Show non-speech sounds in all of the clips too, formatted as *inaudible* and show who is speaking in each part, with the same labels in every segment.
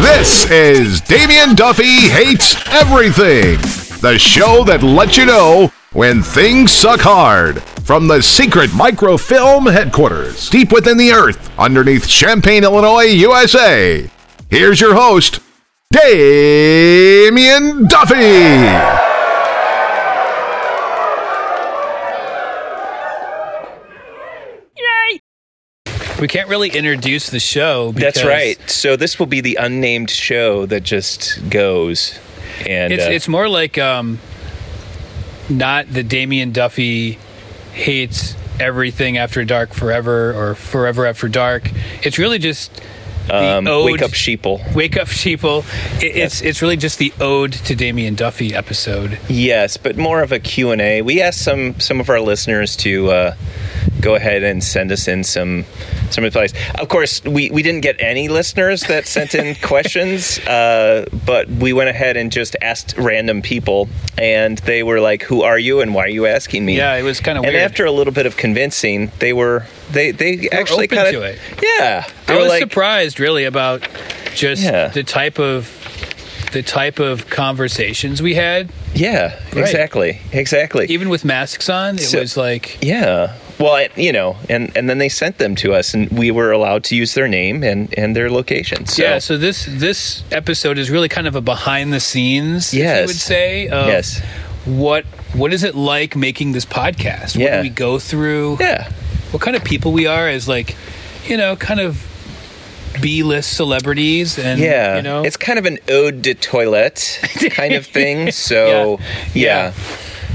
Speaker 1: This is Damien Duffy Hates Everything, the show that lets you know when things suck hard. From the secret microfilm headquarters, deep within the earth, underneath Champaign, Illinois, USA, here's your host, Damien Duffy.
Speaker 2: We can't really introduce the show.
Speaker 3: That's
Speaker 2: because
Speaker 3: right. So this will be the unnamed show that just goes. And
Speaker 2: It's
Speaker 3: uh,
Speaker 2: it's more like um, not the Damien Duffy hates everything after dark forever or forever after dark. It's really just the
Speaker 3: um,
Speaker 2: ode,
Speaker 3: wake up
Speaker 2: *laughs*
Speaker 3: sheeple.
Speaker 2: wake up sheeple. It, It's it's really just the ode to Damien Duffy episode.
Speaker 3: Yes, but more of a Q and A. We asked some some of our listeners to uh, go ahead and send us in some some advice. Of course, we we didn't get any listeners that sent
Speaker 2: *laughs*
Speaker 3: in questions, uh, but we went ahead and just asked random people, and they were like, "Who are you? And why are you asking me?"
Speaker 2: Yeah, it was kinda
Speaker 3: of
Speaker 2: weird.
Speaker 3: And after a little bit of convincing, they were they they, actually
Speaker 2: open
Speaker 3: kind
Speaker 2: to
Speaker 3: of
Speaker 2: it.
Speaker 3: yeah. They
Speaker 2: I
Speaker 3: were
Speaker 2: was
Speaker 3: like,
Speaker 2: surprised really about just
Speaker 3: Yeah.
Speaker 2: the type of the type of conversations we had,
Speaker 3: yeah,
Speaker 2: Right.
Speaker 3: exactly, exactly.
Speaker 2: even with masks on. It
Speaker 3: So-
Speaker 2: was like
Speaker 3: Yeah. Well, it, you know, and and then they sent them to us, and we were allowed to use their name and and their location. So,
Speaker 2: Yeah, so this this episode is really kind of a behind the scenes, if you
Speaker 3: Yes.
Speaker 2: would say. Of
Speaker 3: Yes.
Speaker 2: What what is it like making this podcast? What
Speaker 3: Yeah.
Speaker 2: do we go through?
Speaker 3: yeah,
Speaker 2: What kind of people we are as like, you know, kind of B list celebrities and
Speaker 3: yeah.
Speaker 2: you know
Speaker 3: It's kind of an ode to toilet kind of
Speaker 2: *laughs*
Speaker 3: thing. So
Speaker 2: Yeah.
Speaker 3: yeah.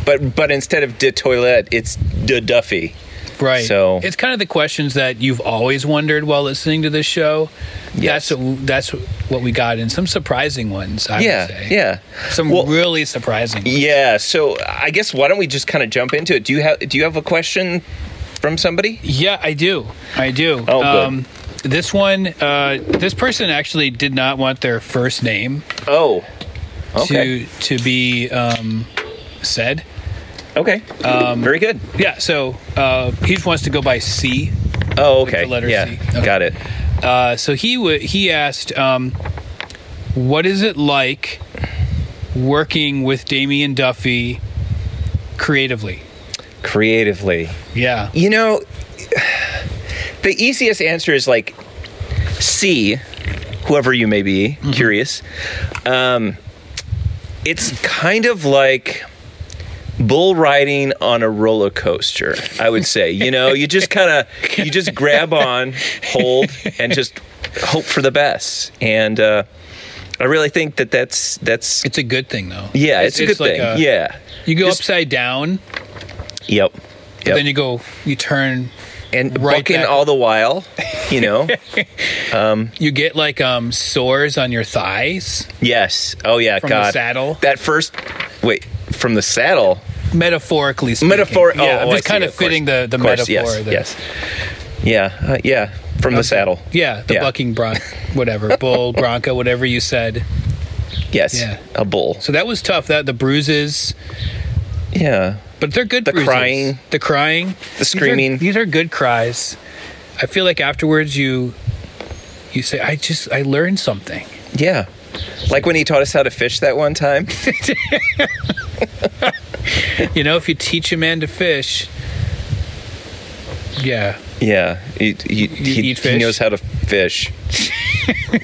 Speaker 3: But but instead of de toilet, it's de Duffy.
Speaker 2: right.
Speaker 3: so-
Speaker 2: it's kind of the questions that you've always wondered while listening to this show.
Speaker 3: Yes.
Speaker 2: That's what, that's what we got and some surprising ones, I would
Speaker 3: Yeah,
Speaker 2: say.
Speaker 3: yeah,
Speaker 2: Some
Speaker 3: Well-
Speaker 2: really surprising ones.
Speaker 3: yeah. So I guess why don't we just kind of jump into it? Do you have do you have a question from somebody?
Speaker 2: Yeah, I do. I do. Um,
Speaker 3: Oh, good.
Speaker 2: this one, uh, this person actually did not want their first name
Speaker 3: Oh, okay,
Speaker 2: to to be um, said.
Speaker 3: okay, very good.
Speaker 2: Yeah, so uh, he just wants to go by C.
Speaker 3: Oh,
Speaker 2: the
Speaker 3: okay,
Speaker 2: letter
Speaker 3: yeah,
Speaker 2: C. Okay.
Speaker 3: got it.
Speaker 2: Uh, so he w- he asked, um, "What is it like working with Damien Duffy creatively?"
Speaker 3: Creatively,
Speaker 2: Yeah,
Speaker 3: You know, the easiest answer is like C, whoever you may be,
Speaker 2: Mm-hmm.
Speaker 3: curious. Um, it's kind of like bull riding on a roller coaster, I would say. You know, you just kind of you just grab on, hold, and just hope for the best. And uh, I really think that that's that's
Speaker 2: it's a good thing though.
Speaker 3: yeah, it's, a good
Speaker 2: like
Speaker 3: thing. yeah.
Speaker 2: you go
Speaker 3: Just-
Speaker 2: upside down,
Speaker 3: Yep.
Speaker 2: but
Speaker 3: Yep.
Speaker 2: then you go, you turn
Speaker 3: and
Speaker 2: right
Speaker 3: bucking
Speaker 2: back-
Speaker 3: all the while,
Speaker 2: *laughs*
Speaker 3: you know.
Speaker 2: You get like um sores on your thighs,
Speaker 3: Yes. Oh yeah.
Speaker 2: From the
Speaker 3: God.
Speaker 2: saddle?
Speaker 3: That first. Wait. From the saddle.
Speaker 2: metaphorically speaking.
Speaker 3: Metaphor.
Speaker 2: Yeah,
Speaker 3: oh,
Speaker 2: I'm
Speaker 3: oh, I
Speaker 2: just
Speaker 3: see,
Speaker 2: kind of,
Speaker 3: course.
Speaker 2: fitting the the
Speaker 3: Of course,
Speaker 2: metaphor.
Speaker 3: Yes.
Speaker 2: the,
Speaker 3: yes. Yeah. uh, yeah. From the saddle.
Speaker 2: Yeah, the
Speaker 3: Yeah.
Speaker 2: bucking
Speaker 3: *laughs*
Speaker 2: bron, whatever bull bronco, whatever you said.
Speaker 3: Yes.
Speaker 2: Yeah.
Speaker 3: A bull.
Speaker 2: So that was tough. That the bruises,
Speaker 3: Yeah.
Speaker 2: but they're good.
Speaker 3: The
Speaker 2: bruises.
Speaker 3: crying.
Speaker 2: the crying,
Speaker 3: The screaming.
Speaker 2: These are, these are good cries. I feel like afterwards you you say, I just I learned
Speaker 3: *laughs*
Speaker 2: something.
Speaker 3: Yeah. Like when he taught us how to fish that
Speaker 2: *laughs*
Speaker 3: one time.
Speaker 2: You know, if you teach a man to fish, yeah,
Speaker 3: yeah. He, he, he,
Speaker 2: eat
Speaker 3: he
Speaker 2: fish?
Speaker 3: knows how
Speaker 2: *laughs*
Speaker 3: to fish.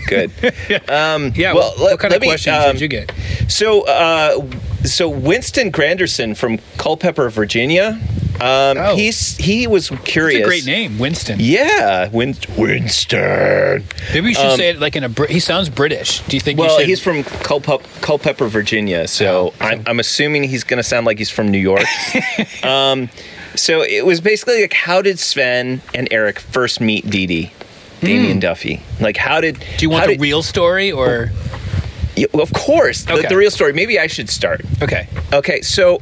Speaker 3: Good. Um,
Speaker 2: yeah.
Speaker 3: Well,
Speaker 2: what,
Speaker 3: let-
Speaker 2: what kind of
Speaker 3: let me,
Speaker 2: questions
Speaker 3: um,
Speaker 2: did you get?
Speaker 3: So, uh, so Winston Granderson from Culpeper, Virginia. Um,
Speaker 2: Oh.
Speaker 3: He's he was
Speaker 2: It's
Speaker 3: curious.
Speaker 2: a great name, Winston.
Speaker 3: Yeah, Win- Winston.
Speaker 2: Maybe you should say it like in a. Brit- He sounds British. Do you think?
Speaker 3: Um, Well,
Speaker 2: you should,
Speaker 3: he's from Culpep- Culpeper, Virginia,
Speaker 2: Oh,
Speaker 3: so I'm, I'm assuming he's going to sound like he's from
Speaker 2: *laughs*
Speaker 3: New York. um, so it was basically like, how did Sven and Eric first meet Dee Dee, Damien Duffy? Like, how did?
Speaker 2: Hmm. Do you want
Speaker 3: how
Speaker 2: the
Speaker 3: did-
Speaker 2: real story or?
Speaker 3: Yeah, well, of course, the-
Speaker 2: Okay.
Speaker 3: the real story. Maybe I should start.
Speaker 2: Okay.
Speaker 3: Okay, so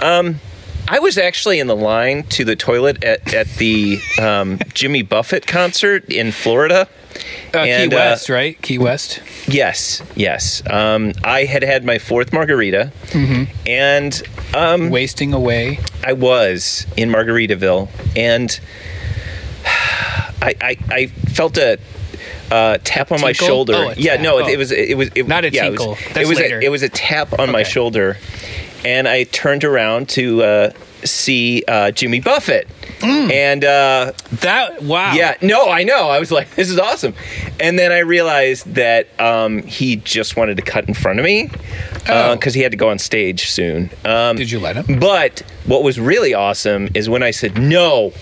Speaker 3: Um, I was actually in the line to the toilet at, at the um, Jimmy Buffett concert in Florida.
Speaker 2: Uh,
Speaker 3: And,
Speaker 2: Key
Speaker 3: uh, Mm-hmm.
Speaker 2: West, right? Key West.
Speaker 3: Yes, yes. Um, I had had my fourth margarita, and um,
Speaker 2: Wasting away.
Speaker 3: I was in Margaritaville, and I I, I felt a uh, tap on my
Speaker 2: Tinkle?
Speaker 3: shoulder.
Speaker 2: Oh, a
Speaker 3: yeah,
Speaker 2: tap.
Speaker 3: no,
Speaker 2: Oh.
Speaker 3: it, it was it was it,
Speaker 2: Not a
Speaker 3: yeah, it was-
Speaker 2: tinkle.
Speaker 3: It was,
Speaker 2: That's later.
Speaker 3: A, it was a tap on my
Speaker 2: Okay.
Speaker 3: shoulder, and I turned around to uh, see uh, Jimmy Buffett, and. Uh,
Speaker 2: That Mm. wow.
Speaker 3: yeah, no, I know. I was like, *laughs* this is awesome. And then I realized that um, he just wanted to cut in front of me because
Speaker 2: Oh.
Speaker 3: he had to go on stage soon. Um,
Speaker 2: Did you let him?
Speaker 3: But what was really awesome is when I said, no,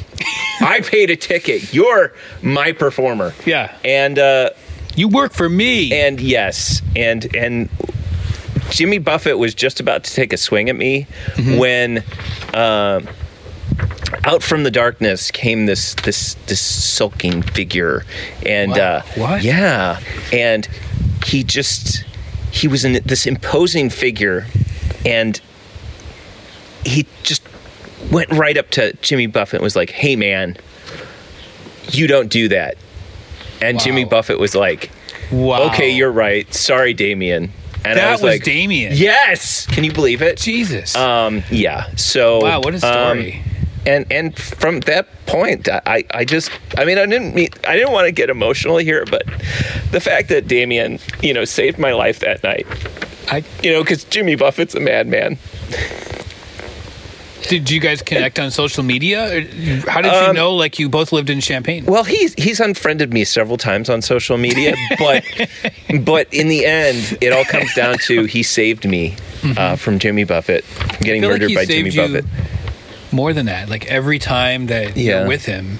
Speaker 3: I paid a ticket. You're my performer.
Speaker 2: Yeah.
Speaker 3: And, uh,
Speaker 2: You work for me.
Speaker 3: and yes, and, and, Jimmy Buffett was just about to take a swing at me
Speaker 2: Mm-hmm.
Speaker 3: when uh, out from the darkness came this this this sulking figure, and
Speaker 2: Wow.
Speaker 3: uh,
Speaker 2: What?
Speaker 3: Yeah, and he just he was in this imposing figure, and he just went right up to Jimmy Buffett and was like, "Hey, man, you don't do that." And Jimmy
Speaker 2: Wow.
Speaker 3: Buffett was like,
Speaker 2: wow.
Speaker 3: "Okay, you're right. Sorry, Damien." And
Speaker 2: That
Speaker 3: I
Speaker 2: was,
Speaker 3: was, like,
Speaker 2: Damien.
Speaker 3: Yes. Can you believe it?
Speaker 2: Jesus.
Speaker 3: Um, yeah. So
Speaker 2: Wow, what a
Speaker 3: um,
Speaker 2: story.
Speaker 3: and and from that point, I I just I mean I didn't mean I didn't want to get emotional here, but the fact that Damien you know saved my life that night,
Speaker 2: I,
Speaker 3: you know, because Jimmy Buffett's a madman.
Speaker 2: did you guys connect on social media? Or How did
Speaker 3: Um,
Speaker 2: you know? Like you both lived in Champagne.
Speaker 3: Well, he's he's unfriended me several times on social
Speaker 2: *laughs*
Speaker 3: media, but but in the end, it all comes down to he saved me uh, from Jimmy Buffett from
Speaker 2: Mm-hmm. I
Speaker 3: getting
Speaker 2: feel like
Speaker 3: murdered
Speaker 2: he
Speaker 3: by Jimmy
Speaker 2: saved you
Speaker 3: Buffett.
Speaker 2: more than that. Like every time that
Speaker 3: Yeah.
Speaker 2: you're with him,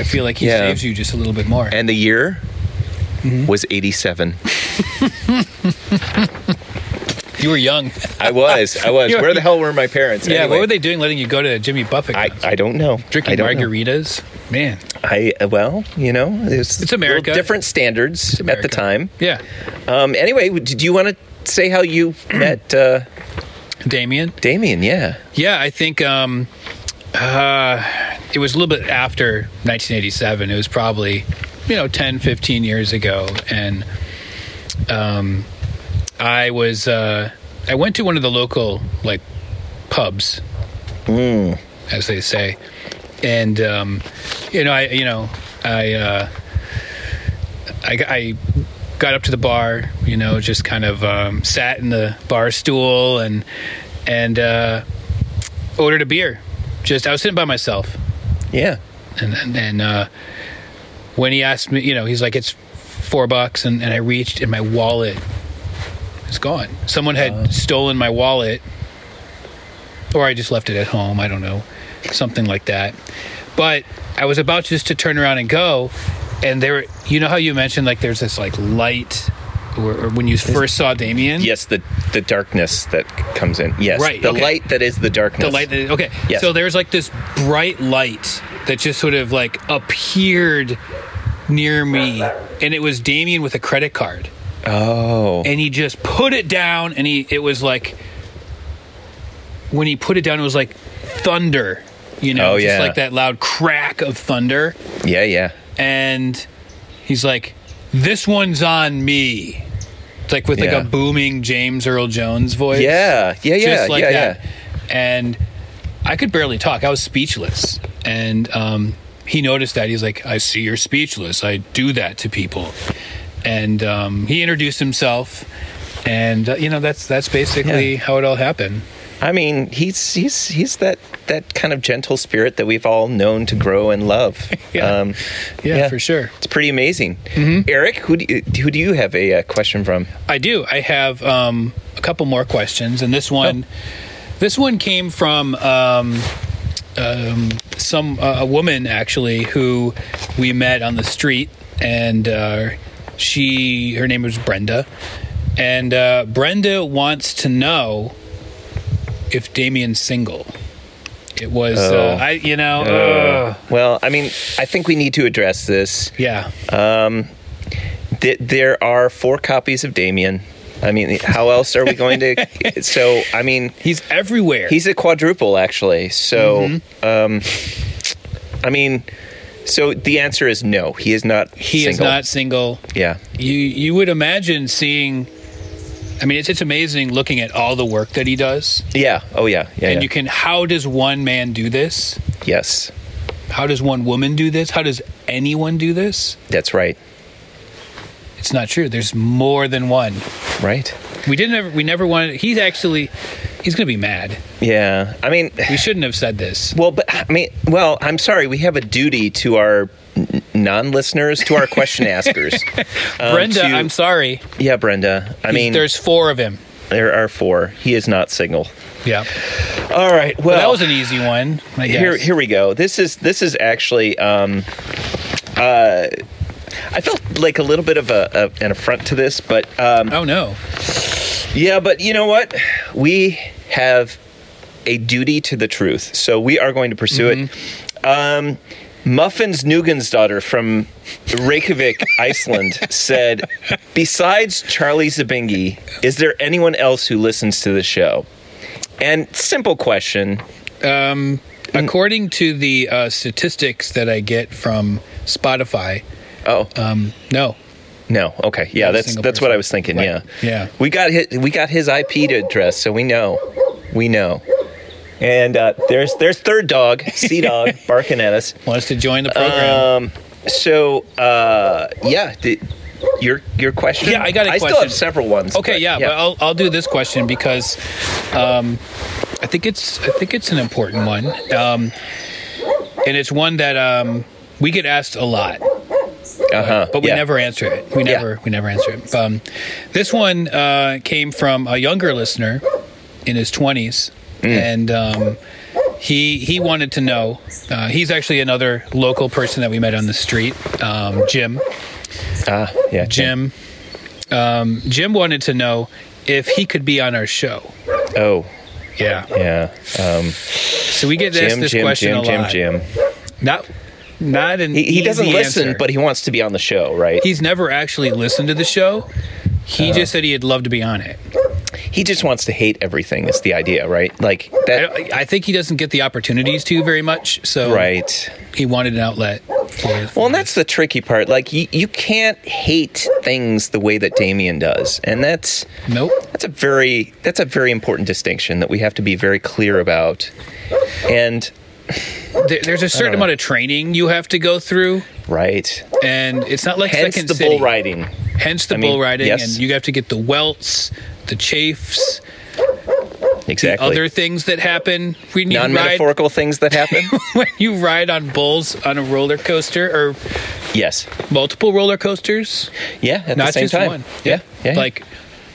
Speaker 2: I feel like he
Speaker 3: Yeah.
Speaker 2: saves you just a little bit more.
Speaker 3: And the year
Speaker 2: Mm-hmm.
Speaker 3: was eighty-seven.
Speaker 2: you were
Speaker 3: *laughs*
Speaker 2: young.
Speaker 3: I was. I
Speaker 2: *laughs*
Speaker 3: was.
Speaker 2: You're-
Speaker 3: Where the hell were my parents?
Speaker 2: Yeah,
Speaker 3: Anyway,
Speaker 2: what were they doing letting you go to Jimmy Buffett?
Speaker 3: I,
Speaker 2: concert?
Speaker 3: I don't know. I
Speaker 2: Drinking
Speaker 3: don't know.
Speaker 2: margaritas? Man.
Speaker 3: I uh, well, you know, it's,
Speaker 2: It's America.
Speaker 3: little Different standards at
Speaker 2: America.
Speaker 3: the time.
Speaker 2: Yeah.
Speaker 3: Um, anyway, w- did you want to say
Speaker 2: *clears throat*
Speaker 3: how you met uh,
Speaker 2: Damien?
Speaker 3: Damien? Yeah.
Speaker 2: Yeah, I think um, uh, it was a little bit after 1987. It was probably, you know, 10, 15 years ago. And um, I was, uh, I went to one of the local, like, pubs, as they say. And, um, you know, I, you know, I, uh, I, I got up to the bar, you know, just kind of um, sat in the bar stool and and uh, ordered a beer. Just I was sitting by myself,
Speaker 3: Yeah.
Speaker 2: and and, and uh, when he asked me, you know, he's like, "It's four bucks," and, and I reached, and my wallet is gone. Someone had stolen my wallet, or I just left it at home. I don't know, something like that. But I was about just to turn around and go, and there, you know how you mentioned like there's this like light, or, or when you first saw Damien,
Speaker 3: Yes. The the darkness that comes in. Yes.
Speaker 2: Right,
Speaker 3: The
Speaker 2: okay.
Speaker 3: light that is the darkness.
Speaker 2: The light. That, okay.
Speaker 3: Yes.
Speaker 2: So there's like this bright light that just sort of like appeared near me, and it was Damien with a credit card,
Speaker 3: oh.
Speaker 2: and he just put it down, and he it was like when he put it down, it was like thunder, you know,
Speaker 3: Oh,
Speaker 2: just
Speaker 3: yeah.
Speaker 2: like that loud crack of thunder,
Speaker 3: Yeah. Yeah.
Speaker 2: and he's like, "This one's on me." It's like with
Speaker 3: Yeah.
Speaker 2: like a booming James Earl Jones voice
Speaker 3: Yeah. Yeah. Yeah.
Speaker 2: just like
Speaker 3: yeah.
Speaker 2: that.
Speaker 3: Yeah.
Speaker 2: And I could barely talk. I was speechless. And um, he noticed that. He's like, I see you're speechless. I do that to people. And um, he introduced himself. And uh, you know that's that's basically
Speaker 3: Yeah.
Speaker 2: how it all happened.
Speaker 3: I mean, he's he's he's that that kind of gentle spirit that we've all known to grow and love.
Speaker 2: *laughs*
Speaker 3: Um,
Speaker 2: Yeah. Yeah,
Speaker 3: Yeah.
Speaker 2: for sure. Mm-hmm.
Speaker 3: It's pretty amazing. Eric, who do you, who do you have a uh, question from?
Speaker 2: I do. I have um, a couple more questions, and this one, this one came from um, um, some uh, a woman actually who we met on the street, and uh, she her name was Brenda, and uh, Brenda wants to know if Damien's single. It was
Speaker 3: Oh.
Speaker 2: uh, I, you know, ugh.
Speaker 3: Well, I mean, I think we need to address this.
Speaker 2: yeah,
Speaker 3: Th- there are four copies of Damien. I mean, how else are we
Speaker 2: *laughs*
Speaker 3: going to? so, I mean,
Speaker 2: He's everywhere.
Speaker 3: he's a quadruple actually. So,
Speaker 2: Mm-hmm.
Speaker 3: um, I mean, so the answer is no. He is not.
Speaker 2: he is
Speaker 3: single.
Speaker 2: not single.
Speaker 3: Yeah.
Speaker 2: You you would imagine seeing. I mean, it's it's amazing looking at all the work that he does,
Speaker 3: Yeah. Oh yeah. Yeah.
Speaker 2: and
Speaker 3: yeah.
Speaker 2: you can. How does one man do this?
Speaker 3: yes.
Speaker 2: How does one woman do this? How does anyone do this?
Speaker 3: That's right.
Speaker 2: It's not true. There's more than one.
Speaker 3: Right.
Speaker 2: We didn't ever. We never wanted. He's actually. He's gonna be mad.
Speaker 3: Yeah. I mean,
Speaker 2: We shouldn't have said this.
Speaker 3: well, but I mean, well, I'm sorry. We have a duty to our n- non-listeners, to
Speaker 2: *laughs*
Speaker 3: our question askers. Um,
Speaker 2: Brenda,
Speaker 3: to-
Speaker 2: I'm sorry.
Speaker 3: Yeah, Brenda. I mean,
Speaker 2: there's four of him.
Speaker 3: there are four. He is not single.
Speaker 2: Yeah.
Speaker 3: All right. Well,
Speaker 2: Well, that was an easy one. I guess.
Speaker 3: here here we go this is this is actually um uh I felt like a little bit of a, a an affront to this, but um,
Speaker 2: Oh no.
Speaker 3: yeah, but you know what? We have a duty to the truth, so we are going to pursue it. Um, Muffins Nugan's daughter from Reykjavik, Iceland, said, "Besides Charlie Zabingi, is there anyone else who listens to the show?" And simple question,
Speaker 2: Um,
Speaker 3: Mm.
Speaker 2: according to the uh, statistics that I get from Spotify,
Speaker 3: Oh,
Speaker 2: um, no.
Speaker 3: no. Okay. Yeah,
Speaker 2: Not a
Speaker 3: that's
Speaker 2: single
Speaker 3: that's what I
Speaker 2: person.
Speaker 3: was thinking.
Speaker 2: Right.
Speaker 3: Yeah.
Speaker 2: Yeah.
Speaker 3: We got his, we got his IP address, so we know. We know. And uh, there's there's third dog,
Speaker 2: *laughs*
Speaker 3: Sea Dog, barking at us.
Speaker 2: Wants to join the program.
Speaker 3: Um. So, uh, yeah. Did, your your question?
Speaker 2: Yeah, I got a
Speaker 3: I still
Speaker 2: question.
Speaker 3: have several ones.
Speaker 2: okay,
Speaker 3: but
Speaker 2: yeah, but I'll I'll do this question because um, I think it's I think it's an important one, um, and it's one that um, we get asked a lot.
Speaker 3: uh-huh,
Speaker 2: but we
Speaker 3: yeah.
Speaker 2: never answer it. We
Speaker 3: Yeah.
Speaker 2: never we never answer it. Um, this one uh, came from a younger listener in his twenties,
Speaker 3: Mm.
Speaker 2: and um, he he wanted to know. Uh, he's actually another local person that we met on the street, um, Jim.
Speaker 3: Ah, yeah.
Speaker 2: Jim. Um, Jim wanted to know if he could be on our show.
Speaker 3: Oh,
Speaker 2: Yeah.
Speaker 3: yeah. Um,
Speaker 2: So we get asked
Speaker 3: Jim,
Speaker 2: this
Speaker 3: Jim,
Speaker 2: question
Speaker 3: Jim,
Speaker 2: a
Speaker 3: Jim,
Speaker 2: lot.
Speaker 3: Jim.
Speaker 2: Not not an
Speaker 3: He, he doesn't
Speaker 2: easy
Speaker 3: listen,
Speaker 2: answer.
Speaker 3: but he wants to be on the show, right?
Speaker 2: he's never actually listened to the show. He
Speaker 3: Uh-huh.
Speaker 2: just said he'd love to be on it.
Speaker 3: he just wants to hate everything. Is the idea, right? Like
Speaker 2: I,
Speaker 3: that,
Speaker 2: don't- I think he doesn't get the opportunities to very much, so
Speaker 3: right?
Speaker 2: he wanted an outlet. For,
Speaker 3: Well, and that's the tricky part. Like you, you can't hate things the way that Damien does, and that's
Speaker 2: nope.
Speaker 3: that's a very that's a very important distinction that we have to be very clear about. And
Speaker 2: There, there's a certain
Speaker 3: know.
Speaker 2: amount of training you have to go through,
Speaker 3: right,
Speaker 2: and it's not like
Speaker 3: hence
Speaker 2: Second
Speaker 3: the
Speaker 2: City.
Speaker 3: bull riding.
Speaker 2: Hence the
Speaker 3: I mean,
Speaker 2: bull riding,
Speaker 3: yes.
Speaker 2: and you have to get the welts, the chafes,
Speaker 3: Exactly.
Speaker 2: other things that happen when you ride *laughs*
Speaker 3: Non-metaphorical things that happen.
Speaker 2: when you ride on bulls on a roller coaster or
Speaker 3: yes.
Speaker 2: multiple roller coasters,
Speaker 3: Yeah. At the
Speaker 2: not
Speaker 3: same
Speaker 2: just
Speaker 3: time.
Speaker 2: one.
Speaker 3: Yeah. yeah.
Speaker 2: like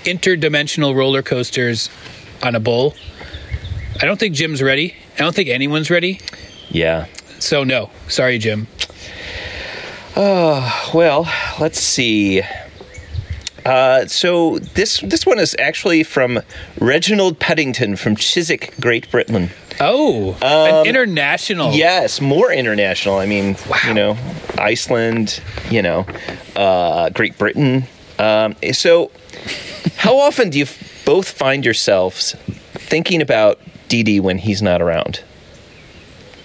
Speaker 2: interdimensional roller coasters on a bull. I don't think Jim's ready. I don't think anyone's ready.
Speaker 3: yeah.
Speaker 2: So no, sorry, Jim.
Speaker 3: Well, let's see. Uh, so this this one is actually from Reginald Peddington from Chiswick, Great Britain.
Speaker 2: Oh,
Speaker 3: um,
Speaker 2: an international.
Speaker 3: Yes, more international. I mean, you know, Iceland, you know, uh, Great Britain. Um, so, how often do you f- both find yourselves thinking about DD when he's not around?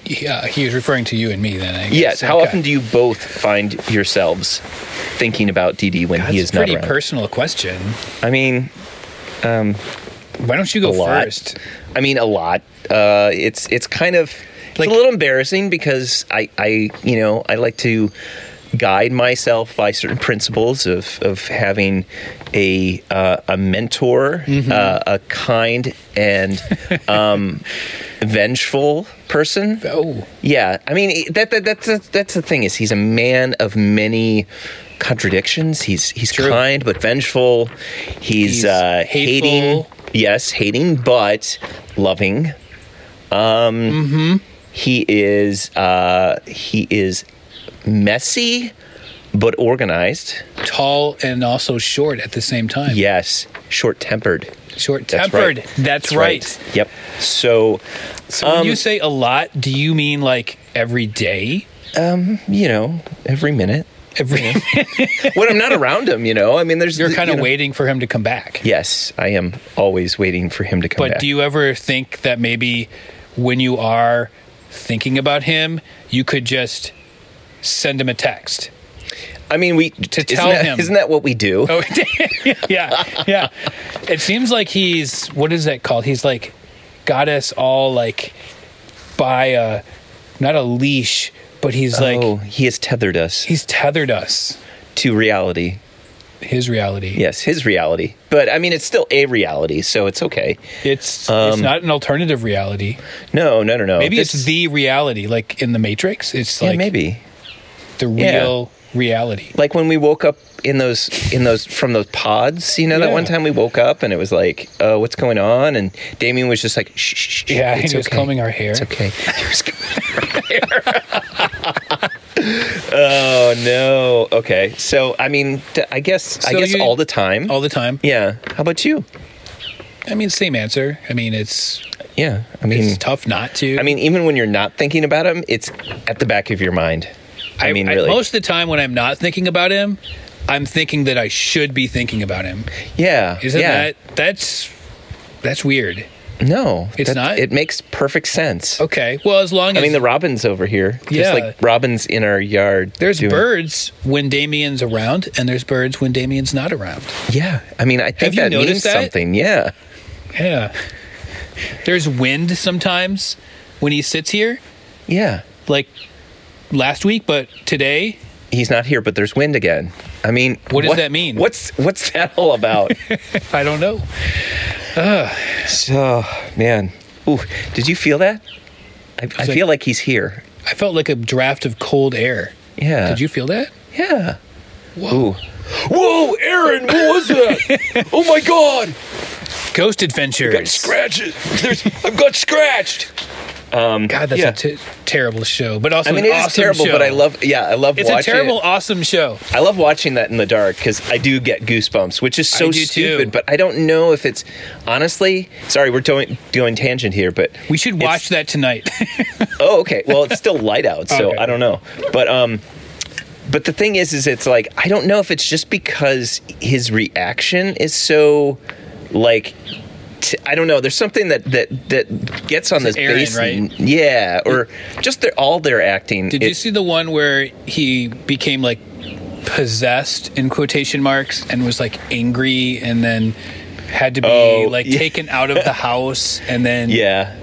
Speaker 2: yeah. He was referring to you and me then. I guess.
Speaker 3: Yes. How
Speaker 2: Okay.
Speaker 3: often do you both find yourselves thinking about DD when
Speaker 2: That's
Speaker 3: he is
Speaker 2: a pretty
Speaker 3: not around?
Speaker 2: personal question.
Speaker 3: I mean,
Speaker 2: Why don't you go
Speaker 3: a lot.
Speaker 2: first?
Speaker 3: I mean, a lot. Uh, it's it's kind of
Speaker 2: Like-
Speaker 3: it's a little embarrassing because I I you know I like to guide myself by certain principles of of having a uh, a mentor,
Speaker 2: Mm-hmm.
Speaker 3: uh, a kind and um, *laughs* vengeful person.
Speaker 2: Oh,
Speaker 3: Yeah, I mean that, that that's that's that's the thing is he's a man of many contradictions. He's he's
Speaker 2: True.
Speaker 3: kind but vengeful. He's,
Speaker 2: He's
Speaker 3: uh, hating,
Speaker 2: hateful.
Speaker 3: yes, hating but loving. Um,
Speaker 2: Mm-hmm.
Speaker 3: he is uh, he is messy but organized.
Speaker 2: tall and also short at the same time.
Speaker 3: Yes, short tempered.
Speaker 2: short tempered. That's, right.
Speaker 3: Yep. So
Speaker 2: So when
Speaker 3: Um,
Speaker 2: you say a lot, do you mean like every day?
Speaker 3: you know every minute.
Speaker 2: every
Speaker 3: when I'm not *laughs* around him, you know. I mean,
Speaker 2: *laughs*
Speaker 3: there's
Speaker 2: you're kind
Speaker 3: *laughs* you
Speaker 2: of
Speaker 3: know-
Speaker 2: waiting for him to come back.
Speaker 3: Yes, I am always waiting for him to come
Speaker 2: But
Speaker 3: back.
Speaker 2: do you ever think that maybe when you are thinking about him, you could just send him a text? *laughs*
Speaker 3: I mean, we
Speaker 2: to
Speaker 3: isn't
Speaker 2: tell
Speaker 3: that-
Speaker 2: him.
Speaker 3: Isn't that what we do?
Speaker 2: Oh, *laughs* yeah, yeah. It seems like he's what is that called? He's like got us all like by a not a leash, but he's
Speaker 3: oh,
Speaker 2: like
Speaker 3: he has tethered us
Speaker 2: he's tethered us.
Speaker 3: to reality.
Speaker 2: His reality.
Speaker 3: Yes, his reality. But I mean, it's still a reality, so it's okay.
Speaker 2: It's
Speaker 3: Um,
Speaker 2: it's not an alternative reality.
Speaker 3: No, no, no, no.
Speaker 2: Maybe
Speaker 3: This-
Speaker 2: it's the reality, like in the Matrix. It's
Speaker 3: yeah,
Speaker 2: like
Speaker 3: maybe
Speaker 2: the
Speaker 3: Yeah.
Speaker 2: real reality.
Speaker 3: like when we woke up in those in those from those pods. You know that
Speaker 2: Yeah.
Speaker 3: one time we woke up and it was like, uh, what's going on? And Damien was just like, shh, shh, shh
Speaker 2: Yeah,
Speaker 3: it's
Speaker 2: he was
Speaker 3: okay.
Speaker 2: combing our hair.
Speaker 3: It's okay.
Speaker 2: *laughs*
Speaker 3: He was combing our hair. oh no. Okay. So I mean, d- I guess I
Speaker 2: So
Speaker 3: guess
Speaker 2: you-
Speaker 3: all the time.
Speaker 2: All the time.
Speaker 3: yeah. How about you?
Speaker 2: I mean, same answer. I mean, it's
Speaker 3: Yeah. I mean,
Speaker 2: it's tough not to.
Speaker 3: Mm. I mean, even when you're not thinking about him, it's at the back of your mind. I, mean, really.
Speaker 2: most of the time when I'm not thinking about him, I'm thinking that I should be thinking about him.
Speaker 3: yeah.
Speaker 2: Isn't
Speaker 3: yeah.
Speaker 2: that that's that's weird?
Speaker 3: No,
Speaker 2: It's not?
Speaker 3: It makes perfect sense.
Speaker 2: Okay. Well, as long as
Speaker 3: I mean, the robins over here. Just
Speaker 2: Yeah.
Speaker 3: like robins in our yard.
Speaker 2: there's
Speaker 3: doing-
Speaker 2: birds when Damien's around, and there's birds when Damien's not around.
Speaker 3: Yeah. I mean, I think
Speaker 2: you
Speaker 3: that
Speaker 2: noticed
Speaker 3: means
Speaker 2: that?
Speaker 3: something. Yeah.
Speaker 2: Yeah. There's wind sometimes when he sits here,
Speaker 3: Yeah.
Speaker 2: like last week, but today
Speaker 3: He's not here, but there's wind again. I mean,
Speaker 2: What does that mean?
Speaker 3: What's what's that
Speaker 2: *laughs*
Speaker 3: all about?
Speaker 2: I don't know.
Speaker 3: so, man. Ooh, did you feel that? I, I
Speaker 2: like-
Speaker 3: feel like he's here.
Speaker 2: I felt like a draft of cold air.
Speaker 3: Yeah.
Speaker 2: Did you feel that?
Speaker 3: Yeah. Whoa. Whoa, Aaron, what was that?
Speaker 2: *laughs*
Speaker 3: oh my God.
Speaker 2: Ghost Adventures.
Speaker 3: Scratches. There's, I've got scratched.
Speaker 2: God, that's
Speaker 3: Um, Yeah.
Speaker 2: a t- terrible show, but also
Speaker 3: I mean,
Speaker 2: an
Speaker 3: it is
Speaker 2: awesome
Speaker 3: terrible,
Speaker 2: show.
Speaker 3: but I love, yeah, I love
Speaker 2: It's a
Speaker 3: watching
Speaker 2: terrible,
Speaker 3: it.
Speaker 2: awesome show.
Speaker 3: I love watching that in the dark because I do get goosebumps, which is so
Speaker 2: I do too.
Speaker 3: stupid, but I don't know if it's, honestly, sorry, we're doing, doing tangent here, but,
Speaker 2: We should watch that tonight.
Speaker 3: oh, okay. Well, it's still light out, so
Speaker 2: *laughs* Okay.
Speaker 3: I don't know. But, um, but the thing is, is it's like, I don't know if it's just because his reaction is so, like, t- I don't know. There's something that that that gets on this
Speaker 2: Aaron,
Speaker 3: base,
Speaker 2: right?
Speaker 3: yeah, or just their all their acting.
Speaker 2: Did you
Speaker 3: It-
Speaker 2: see the one where he became like possessed in quotation marks and was like angry and then had to be
Speaker 3: Oh,
Speaker 2: like
Speaker 3: yeah.
Speaker 2: taken out of the house and then
Speaker 3: Yeah.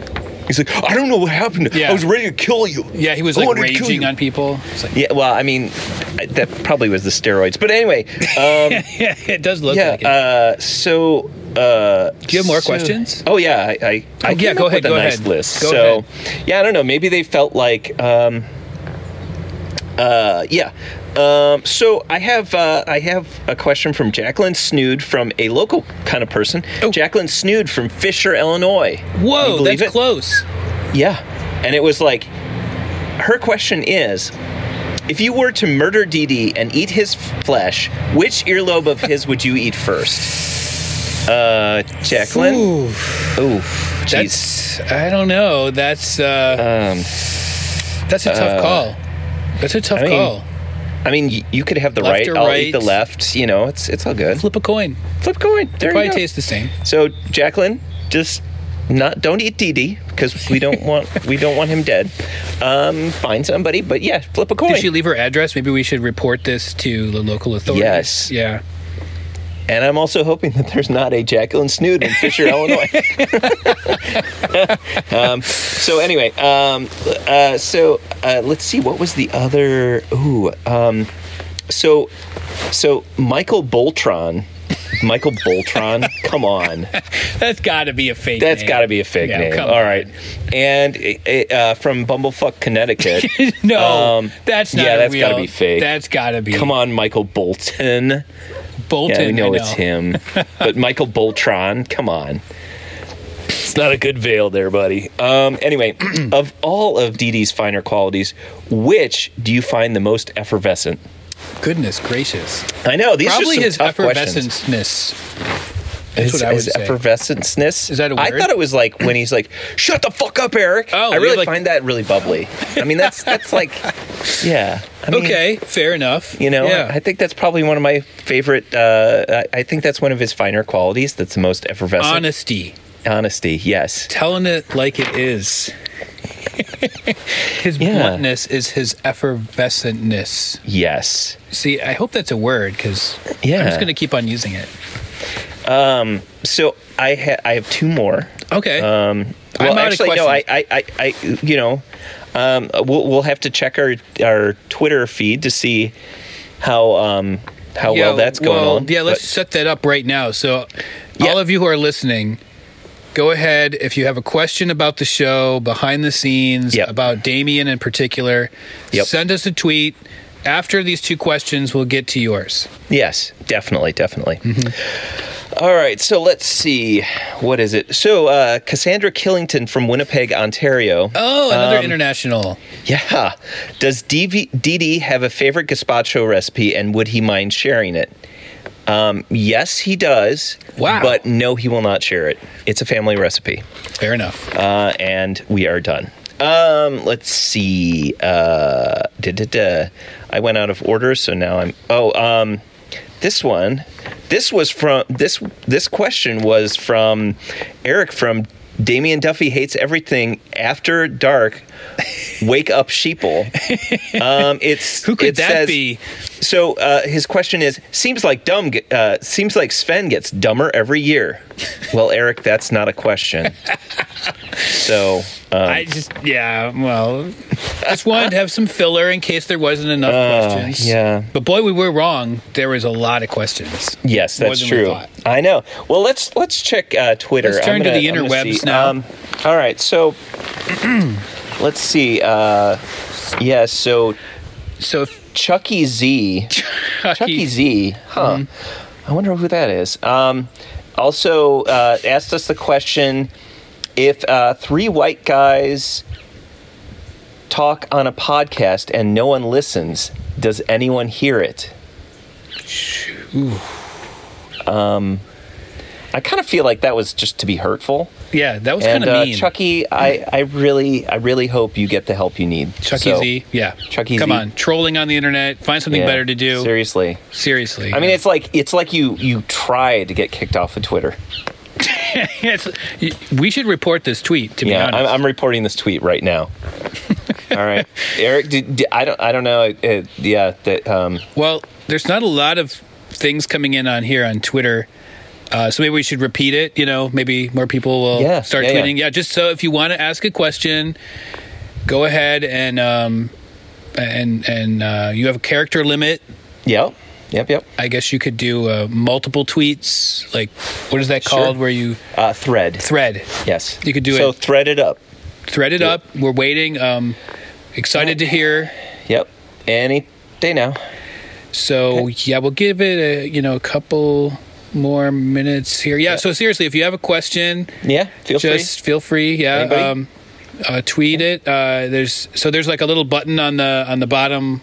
Speaker 3: He's like, I don't know what happened.
Speaker 2: Yeah.
Speaker 3: I was ready to kill you.
Speaker 2: Yeah, he was
Speaker 3: I
Speaker 2: like
Speaker 3: wanted to Oh, kill
Speaker 2: raging
Speaker 3: you."
Speaker 2: on people. It's like,
Speaker 3: Yeah, well, I mean, I- that probably was the steroids. But
Speaker 2: *laughs*
Speaker 3: anyway, um,
Speaker 2: yeah, it does look
Speaker 3: *laughs* yeah.
Speaker 2: like it.
Speaker 3: Uh, so, uh, do
Speaker 2: you have more questions?
Speaker 3: Oh yeah, I, I, I
Speaker 2: Oh, yeah,
Speaker 3: came
Speaker 2: go
Speaker 3: up
Speaker 2: ahead,
Speaker 3: With
Speaker 2: go
Speaker 3: a nice
Speaker 2: ahead.
Speaker 3: list.
Speaker 2: Go
Speaker 3: so,
Speaker 2: ahead.
Speaker 3: yeah, I don't know. Maybe they felt like, um, uh, yeah. Um, so I have uh, I have a question from Jacqueline Snood from a local kind of person.
Speaker 2: Oh.
Speaker 3: Jacqueline Snood from Fisher, Illinois. Can you
Speaker 2: Whoa,
Speaker 3: believe
Speaker 2: that's
Speaker 3: it?
Speaker 2: close.
Speaker 3: Yeah. And it was like, her question is if you were to murder DD and eat his flesh, which earlobe of his would you eat first? Uh, Jacqueline?
Speaker 2: Ooh,
Speaker 3: Oof. Jeez.
Speaker 2: that's I don't know. That's uh,
Speaker 3: Um,
Speaker 2: that's a tough call. That's a tough
Speaker 3: Uh, I mean,
Speaker 2: call.
Speaker 3: I mean, y- you could have the
Speaker 2: Left
Speaker 3: right.
Speaker 2: or
Speaker 3: I'll
Speaker 2: right?
Speaker 3: eat the left. You know, it's it's all good.
Speaker 2: Flip a coin.
Speaker 3: Flip coin. There
Speaker 2: Probably
Speaker 3: you go.
Speaker 2: tastes the same.
Speaker 3: so, Jacqueline, just not don't eat DD because
Speaker 2: *laughs*
Speaker 3: we don't want we don't want him dead. Um, find somebody, but yeah, flip a coin.
Speaker 2: Did she leave her address? Maybe we should report this to the local authorities.
Speaker 3: Yes.
Speaker 2: Yeah.
Speaker 3: And I'm also hoping that there's not a Jacqueline Snood in
Speaker 2: *laughs*
Speaker 3: Fisher, Illinois. *laughs* um, so anyway, um, uh, so uh, let's see. What was the other? Ooh, um, so so Michael Boltron. Michael
Speaker 2: *laughs*
Speaker 3: Boltron, come on.
Speaker 2: That's got to be a fake.
Speaker 3: That's
Speaker 2: name.
Speaker 3: got to be a fake
Speaker 2: Yeah,
Speaker 3: name.
Speaker 2: come
Speaker 3: All
Speaker 2: on.
Speaker 3: right. And uh, uh, from Bumblefuck, Connecticut.
Speaker 2: *laughs* No,
Speaker 3: Um,
Speaker 2: that's not.
Speaker 3: yeah,
Speaker 2: a
Speaker 3: that's gotta
Speaker 2: real-
Speaker 3: be fake.
Speaker 2: That's got to be.
Speaker 3: come on, Michael Bolton.
Speaker 2: Bolton.
Speaker 3: Yeah, we know,
Speaker 2: I
Speaker 3: it's him.
Speaker 2: *laughs*
Speaker 3: but Michael Boltron, come on. It's not a good veil there, buddy. Um, anyway, *clears throat* of all of Dee Dee's finer qualities, which do you find the most effervescent?
Speaker 2: Goodness gracious!
Speaker 3: I know these
Speaker 2: Probably
Speaker 3: are
Speaker 2: his
Speaker 3: some tough questions.
Speaker 2: effervescence. That's
Speaker 3: his,
Speaker 2: what I would
Speaker 3: his
Speaker 2: say.
Speaker 3: effervescenceness.
Speaker 2: Is that a
Speaker 3: I
Speaker 2: word?
Speaker 3: thought it was like when he's like, "Shut the fuck up, Eric."
Speaker 2: Oh,
Speaker 3: I
Speaker 2: you're
Speaker 3: really
Speaker 2: like-
Speaker 3: find that really bubbly. I mean, that's that's like, yeah. I mean,
Speaker 2: okay, fair enough.
Speaker 3: You know,
Speaker 2: yeah.
Speaker 3: I think that's probably one of my favorite. Uh, I I think that's one of his finer qualities. That's the most effervescent.
Speaker 2: honesty,
Speaker 3: Honesty, yes.
Speaker 2: telling it like it
Speaker 3: *laughs*
Speaker 2: is. his
Speaker 3: Yeah.
Speaker 2: bluntness is his effervescentness.
Speaker 3: Yes.
Speaker 2: See, I hope that's a word because
Speaker 3: Yeah.
Speaker 2: I'm just going to keep on using it.
Speaker 3: So I ha- I have two more.
Speaker 2: Okay.
Speaker 3: Um,
Speaker 2: I'm
Speaker 3: well,
Speaker 2: out of
Speaker 3: actually, no. I,
Speaker 2: questions.
Speaker 3: I, I, I you know, um, we'll we'll have to check our our Twitter feed to see how um how
Speaker 2: Yeah,
Speaker 3: well that's going
Speaker 2: well,
Speaker 3: on.
Speaker 2: Yeah, let's
Speaker 3: But-
Speaker 2: set that up right now. So,
Speaker 3: Yeah.
Speaker 2: all of you who are listening, go ahead. If you have a question about the show, behind the scenes,
Speaker 3: Yep.
Speaker 2: about Damien in particular,
Speaker 3: Yep.
Speaker 2: send us a tweet. After these two questions, we'll get to yours.
Speaker 3: Yes, definitely, definitely.
Speaker 2: Mm-hmm.
Speaker 3: All right, so let's see. What is it? So uh, Cassandra Killington from Winnipeg, Ontario. Um,
Speaker 2: Oh, another international.
Speaker 3: Yeah. Does DV- DD have a favorite gazpacho recipe and would he mind sharing it? Um, yes, he does.
Speaker 2: Wow.
Speaker 3: But no, he will not share it. It's a family recipe.
Speaker 2: Fair enough.
Speaker 3: Uh, and we are done. Um, let's see. Uh, da, da, da. I went out of order, so now I'm. Oh, um, this one. This was from this. This question was from Eric from Damien Duffy hates everything after dark. Wake
Speaker 2: *laughs*
Speaker 3: up, sheeple. Um, it's
Speaker 2: Who could
Speaker 3: it
Speaker 2: that
Speaker 3: says-
Speaker 2: be?
Speaker 3: So uh, his question is: Seems like dumb. ge- Uh, seems like Sven gets dumber every year. Well, Eric, that's not
Speaker 2: *laughs*
Speaker 3: a question. So um,
Speaker 2: I just, yeah, well, just wanted to have some filler in case there wasn't enough questions.
Speaker 3: Uh, yeah.
Speaker 2: But boy, we were wrong. There was a lot of questions.
Speaker 3: yes,
Speaker 2: More
Speaker 3: that's
Speaker 2: than we
Speaker 3: true.
Speaker 2: thought.
Speaker 3: I know. Well, let's let's check uh, Twitter.
Speaker 2: Let's turn to the
Speaker 3: I'm gonna
Speaker 2: interwebs
Speaker 3: see. um,
Speaker 2: now.
Speaker 3: all right, so *clears throat* let's see. Uh, yeah, so
Speaker 2: So, *laughs*
Speaker 3: Chucky Z.
Speaker 2: E.
Speaker 3: Chucky E. Z, huh?
Speaker 2: Mm-hmm.
Speaker 3: I wonder who that is. Um, also uh, asked us the question if uh, three white guys talk on a podcast and no one listens, does anyone hear it? Um, I kind of feel like that was just to be hurtful.
Speaker 2: yeah, that was kind
Speaker 3: And
Speaker 2: of
Speaker 3: uh,
Speaker 2: mean.
Speaker 3: Chucky, I, I really I really hope you get the help you need.
Speaker 2: Chucky
Speaker 3: So-
Speaker 2: E. Z, yeah.
Speaker 3: Chucky
Speaker 2: Come
Speaker 3: Z.
Speaker 2: on, trolling on the internet. Find something
Speaker 3: Yeah,
Speaker 2: better to do.
Speaker 3: Seriously.
Speaker 2: Seriously,
Speaker 3: I mean, it's like it's like you you try to get kicked off of Twitter.
Speaker 2: *laughs* It's- we should report this tweet. To be
Speaker 3: Yeah, I'm,
Speaker 2: honest,
Speaker 3: I'm reporting this tweet
Speaker 2: *laughs*
Speaker 3: right now. All right, Eric. Did, did- I don't I don't know. Uh, yeah, that um,
Speaker 2: well, there's not a lot of things coming in on here on Twitter. Uh, so maybe we should repeat it. You know, maybe more people will
Speaker 3: Yeah,
Speaker 2: start
Speaker 3: yeah, yeah.
Speaker 2: tweeting. Yeah. just so if you want to ask a question, go ahead and um, and and uh, you have a character limit.
Speaker 3: yep, yep, yep.
Speaker 2: I guess you could do uh, multiple tweets. Like, what is that
Speaker 3: Sure.
Speaker 2: called? Where you
Speaker 3: Uh, thread.
Speaker 2: thread?
Speaker 3: Yes,
Speaker 2: You could do
Speaker 3: so
Speaker 2: it.
Speaker 3: So thread it up.
Speaker 2: thread it up. We're waiting. Um, excited to hear.
Speaker 3: Yep. Any day now.
Speaker 2: So yeah, we'll give it a you know a couple more minutes here. Yeah. So seriously, if you have a question,
Speaker 3: Yeah. Feel
Speaker 2: just feel free. Yeah.
Speaker 3: Anybody?
Speaker 2: Um, uh, tweet it. Uh, there's so there's like a little button on the on the bottom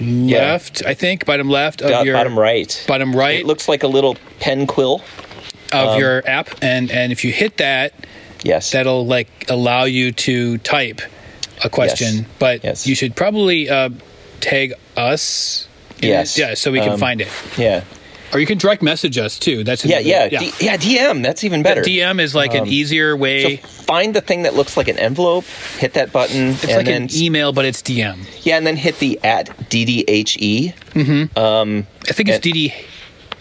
Speaker 2: left, I think, bottom left of
Speaker 3: free. Bo-
Speaker 2: your
Speaker 3: bottom right.
Speaker 2: bottom right
Speaker 3: It um, looks like a little pen quill.
Speaker 2: of your app, and and if you hit that,
Speaker 3: Yes.
Speaker 2: that'll like allow you to type a question, but
Speaker 3: Yes.
Speaker 2: you should probably uh, tag us. in it.
Speaker 3: Yes.
Speaker 2: Yeah, so we can
Speaker 3: Um,
Speaker 2: find it.
Speaker 3: yeah.
Speaker 2: Or you can direct message us too. That's
Speaker 3: Yeah.
Speaker 2: another-
Speaker 3: Yeah. Yeah. D- yeah. DM. That's even better. Um,
Speaker 2: DM is like an easier
Speaker 3: So
Speaker 2: way.
Speaker 3: find the thing that looks like an envelope. Hit that button.
Speaker 2: it's
Speaker 3: and
Speaker 2: like
Speaker 3: then
Speaker 2: an email, but it's DM.
Speaker 3: Yeah, and then hit the at DDHE.
Speaker 2: I think it's
Speaker 3: And-
Speaker 2: DD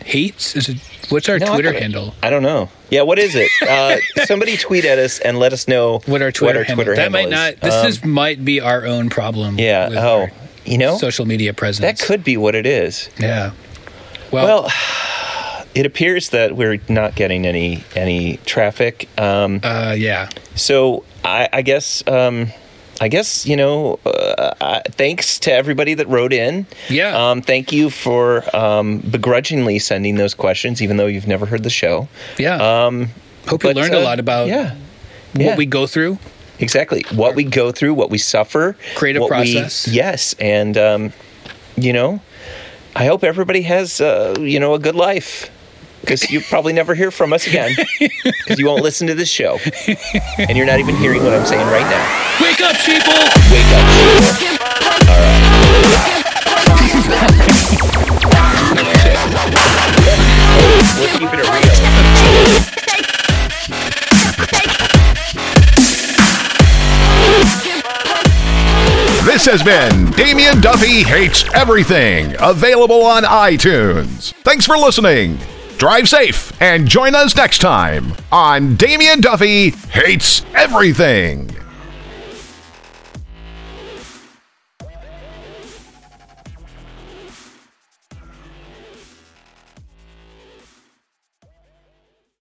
Speaker 2: hates. Is it? What's our
Speaker 3: No, I
Speaker 2: Twitter
Speaker 3: thought it-
Speaker 2: handle?
Speaker 3: I don't know. Yeah, what is it?
Speaker 2: *laughs*
Speaker 3: Uh, somebody tweet at us and let us know
Speaker 2: What our Twitter, handle? That might
Speaker 3: handle
Speaker 2: not.
Speaker 3: is.
Speaker 2: This
Speaker 3: Um,
Speaker 2: is might be our own problem.
Speaker 3: yeah.
Speaker 2: with
Speaker 3: Oh,
Speaker 2: our
Speaker 3: you know
Speaker 2: social media presence.
Speaker 3: that could be what it is.
Speaker 2: Yeah. Oh.
Speaker 3: Well, *sighs* it appears that we're not getting any any traffic. Um,
Speaker 2: well uh, yeah.
Speaker 3: so I, I guess. Um, I guess you know. Uh, I, thanks to everybody that wrote in.
Speaker 2: Yeah.
Speaker 3: Um, thank you for um, begrudgingly sending those questions, even though you've never heard the show.
Speaker 2: Yeah.
Speaker 3: Um,
Speaker 2: Hope you
Speaker 3: but,
Speaker 2: learned
Speaker 3: uh,
Speaker 2: a lot about
Speaker 3: yeah,
Speaker 2: what
Speaker 3: yeah.
Speaker 2: we go through.
Speaker 3: exactly what we go through, what we suffer,
Speaker 2: Creative
Speaker 3: what we-
Speaker 2: process.
Speaker 3: yes, and um, you know, I hope everybody has uh, you know a good life. because you'll probably never hear from us again because you won't listen to this show. And you're not even hearing what I'm saying right now.
Speaker 2: Wake up, sheeple!
Speaker 3: Wake up. We're keeping it real.
Speaker 1: This has been Damien Duffy Hates Everything, available on iTunes. Thanks for listening. Drive safe and join us next time on Damien Duffy Hates Everything.